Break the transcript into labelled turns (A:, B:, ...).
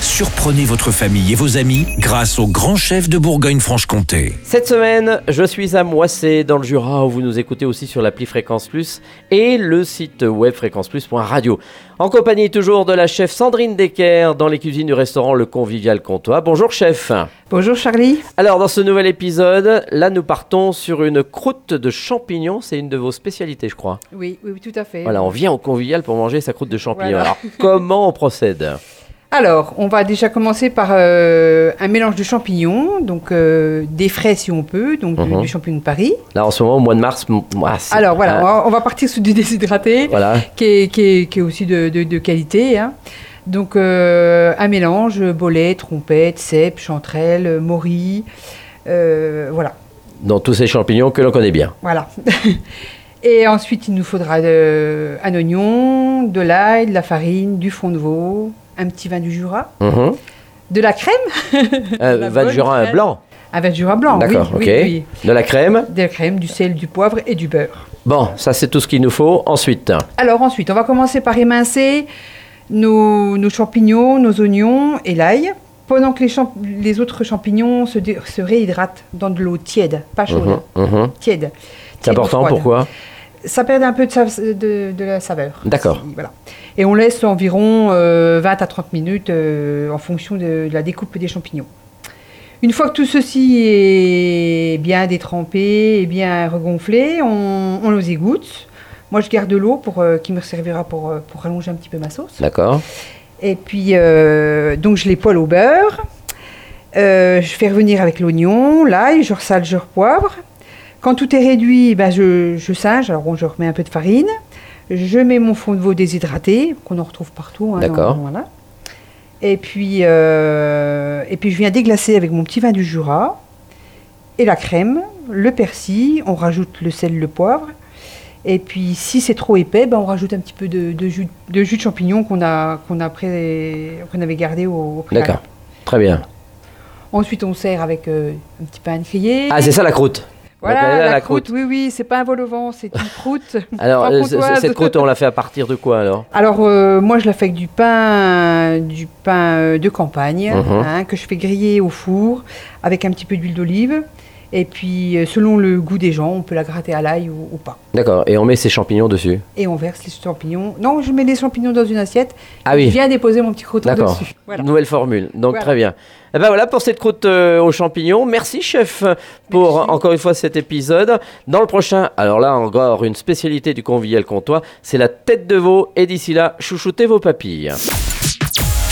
A: Surprenez votre famille et vos amis grâce au grand chef de Bourgogne-Franche-Comté.
B: Cette semaine, je suis à Moissé, dans le Jura, où vous nous écoutez aussi sur l'appli Fréquence Plus et le site web fréquenceplus.radio. En compagnie toujours de la chef Sandrine Decker dans les cuisines du restaurant Le Convivial Comtois. Bonjour chef.
C: Bonjour Charlie.
B: Alors dans ce nouvel épisode, là nous partons sur une croûte de champignons. C'est une de vos spécialités, je crois.
C: Oui, oui, oui, tout à fait.
B: Voilà, on vient au Convivial pour manger sa croûte de champignons.
C: Voilà.
B: Alors comment on procède
C: Alors, on va déjà commencer par euh, un mélange de champignons, donc euh, des frais si on peut, donc du-
B: Mhm.
C: du champignon de Paris.
B: Là en ce moment, au mois de mars, m- ah, c'est-
C: Alors voilà,
B: ah,
C: on va- on va partir sur du déshydraté,
B: voilà.
C: qui, est, qui est- qui est aussi de, de- de qualité. hein. Donc, euh, un mélange, bolet, trompette, cèpe, chanterelle, euh, morille, euh, voilà.
B: Dans tous ces champignons que l'on connaît bien.
C: Voilà. Et ensuite, il nous faudra euh, un oignon, de l'ail, de la farine, du fond de veau, un petit vin du Jura,
B: Mhm.
C: de la crème,
B: Euh,
C: La
B: Val
C: bonne
B: Jura, un
C: crème.
B: blanc.
C: un vin du Jura blanc. Ah, oui,
B: D'accord,
C: oui,
B: ok.
C: oui.
B: De la crème.
C: De la crème, du sel, du poivre et du beurre.
B: Bon, ça c'est tout ce qu'il nous faut. Ensuite,
C: Alors ensuite, on va commencer par émincer nos, nos champignons, nos oignons et l'ail. Pendant que les, champ- les autres champignons se, dé- se réhydratent dans de l'eau tiède, pas chaude,
B: mhm, mhm.
C: tiède.
B: c'est
C: Tiède ou
B: important.
C: froide.
B: Pourquoi
C: Ça perd un peu de, sa- de- de la saveur.
B: D'accord.
C: Si- Voilà. Et on laisse environ euh, 20 à 30 minutes euh, en fonction de, de la découpe des champignons. Une fois que tout ceci est bien détrempé et bien regonflé, on, on les égoutte. Moi, je garde l'eau pour euh, qui me servira pour, euh, pour rallonger un petit peu ma sauce.
B: D'accord.
C: Et puis, euh, donc, je les poêle au beurre. Euh, je fais revenir avec l'oignon, l'ail, je ressale, je repoivre. Quand tout est réduit, ben, je, je singe, alors bon, je remets un peu de farine. Je mets mon fond de veau déshydraté, qu'on en retrouve partout. hein,
B: D'accord.
C: dans- voilà. Et puis, euh, et puis, je viens déglacer avec mon petit vin du Jura et la crème, le persil, on rajoute le sel, le poivre. Et puis si c'est trop épais, ben, on rajoute un petit peu de, de jus, de jus de champignon qu'on a, qu'on a pré- qu'on avait gardé au, au préalable.
B: D'accord. Très bien.
C: Ensuite, on sert avec euh, un petit pain de grillé.
B: Ah, c'est ça la croûte.
C: voilà,
B: donc, là,
C: la,
B: la
C: croûte. Oui, oui, c'est pas un vol au vent, c'est une croûte.
B: Alors, euh, c-
C: franc-comtoise.
B: c- cette croûte, on l'a fait à partir de quoi alors
C: Alors, euh, moi, je la fais avec du pain, du pain euh, de campagne,
B: Mhm.
C: hein, que je fais griller au four avec un petit peu d'huile d'olive. Et puis, euh, selon le goût des gens, on peut la gratter à l'ail ou- ou pas.
B: D'accord. Et on met ces champignons dessus.
C: et on verse les champignons. Non, je mets les champignons dans une assiette.
B: Ah oui.
C: Je viens déposer mon petit croûton
B: D'accord.
C: dessus. Voilà.
B: Nouvelle formule. Donc
C: Voilà.
B: très bien. Et ben voilà pour cette croûte euh, aux champignons. Merci chef pour
C: Merci.
B: encore une fois cet épisode. Dans le prochain, alors là encore une spécialité du convivial comtois, c'est la tête de veau. Et d'ici là, chouchoutez vos papilles.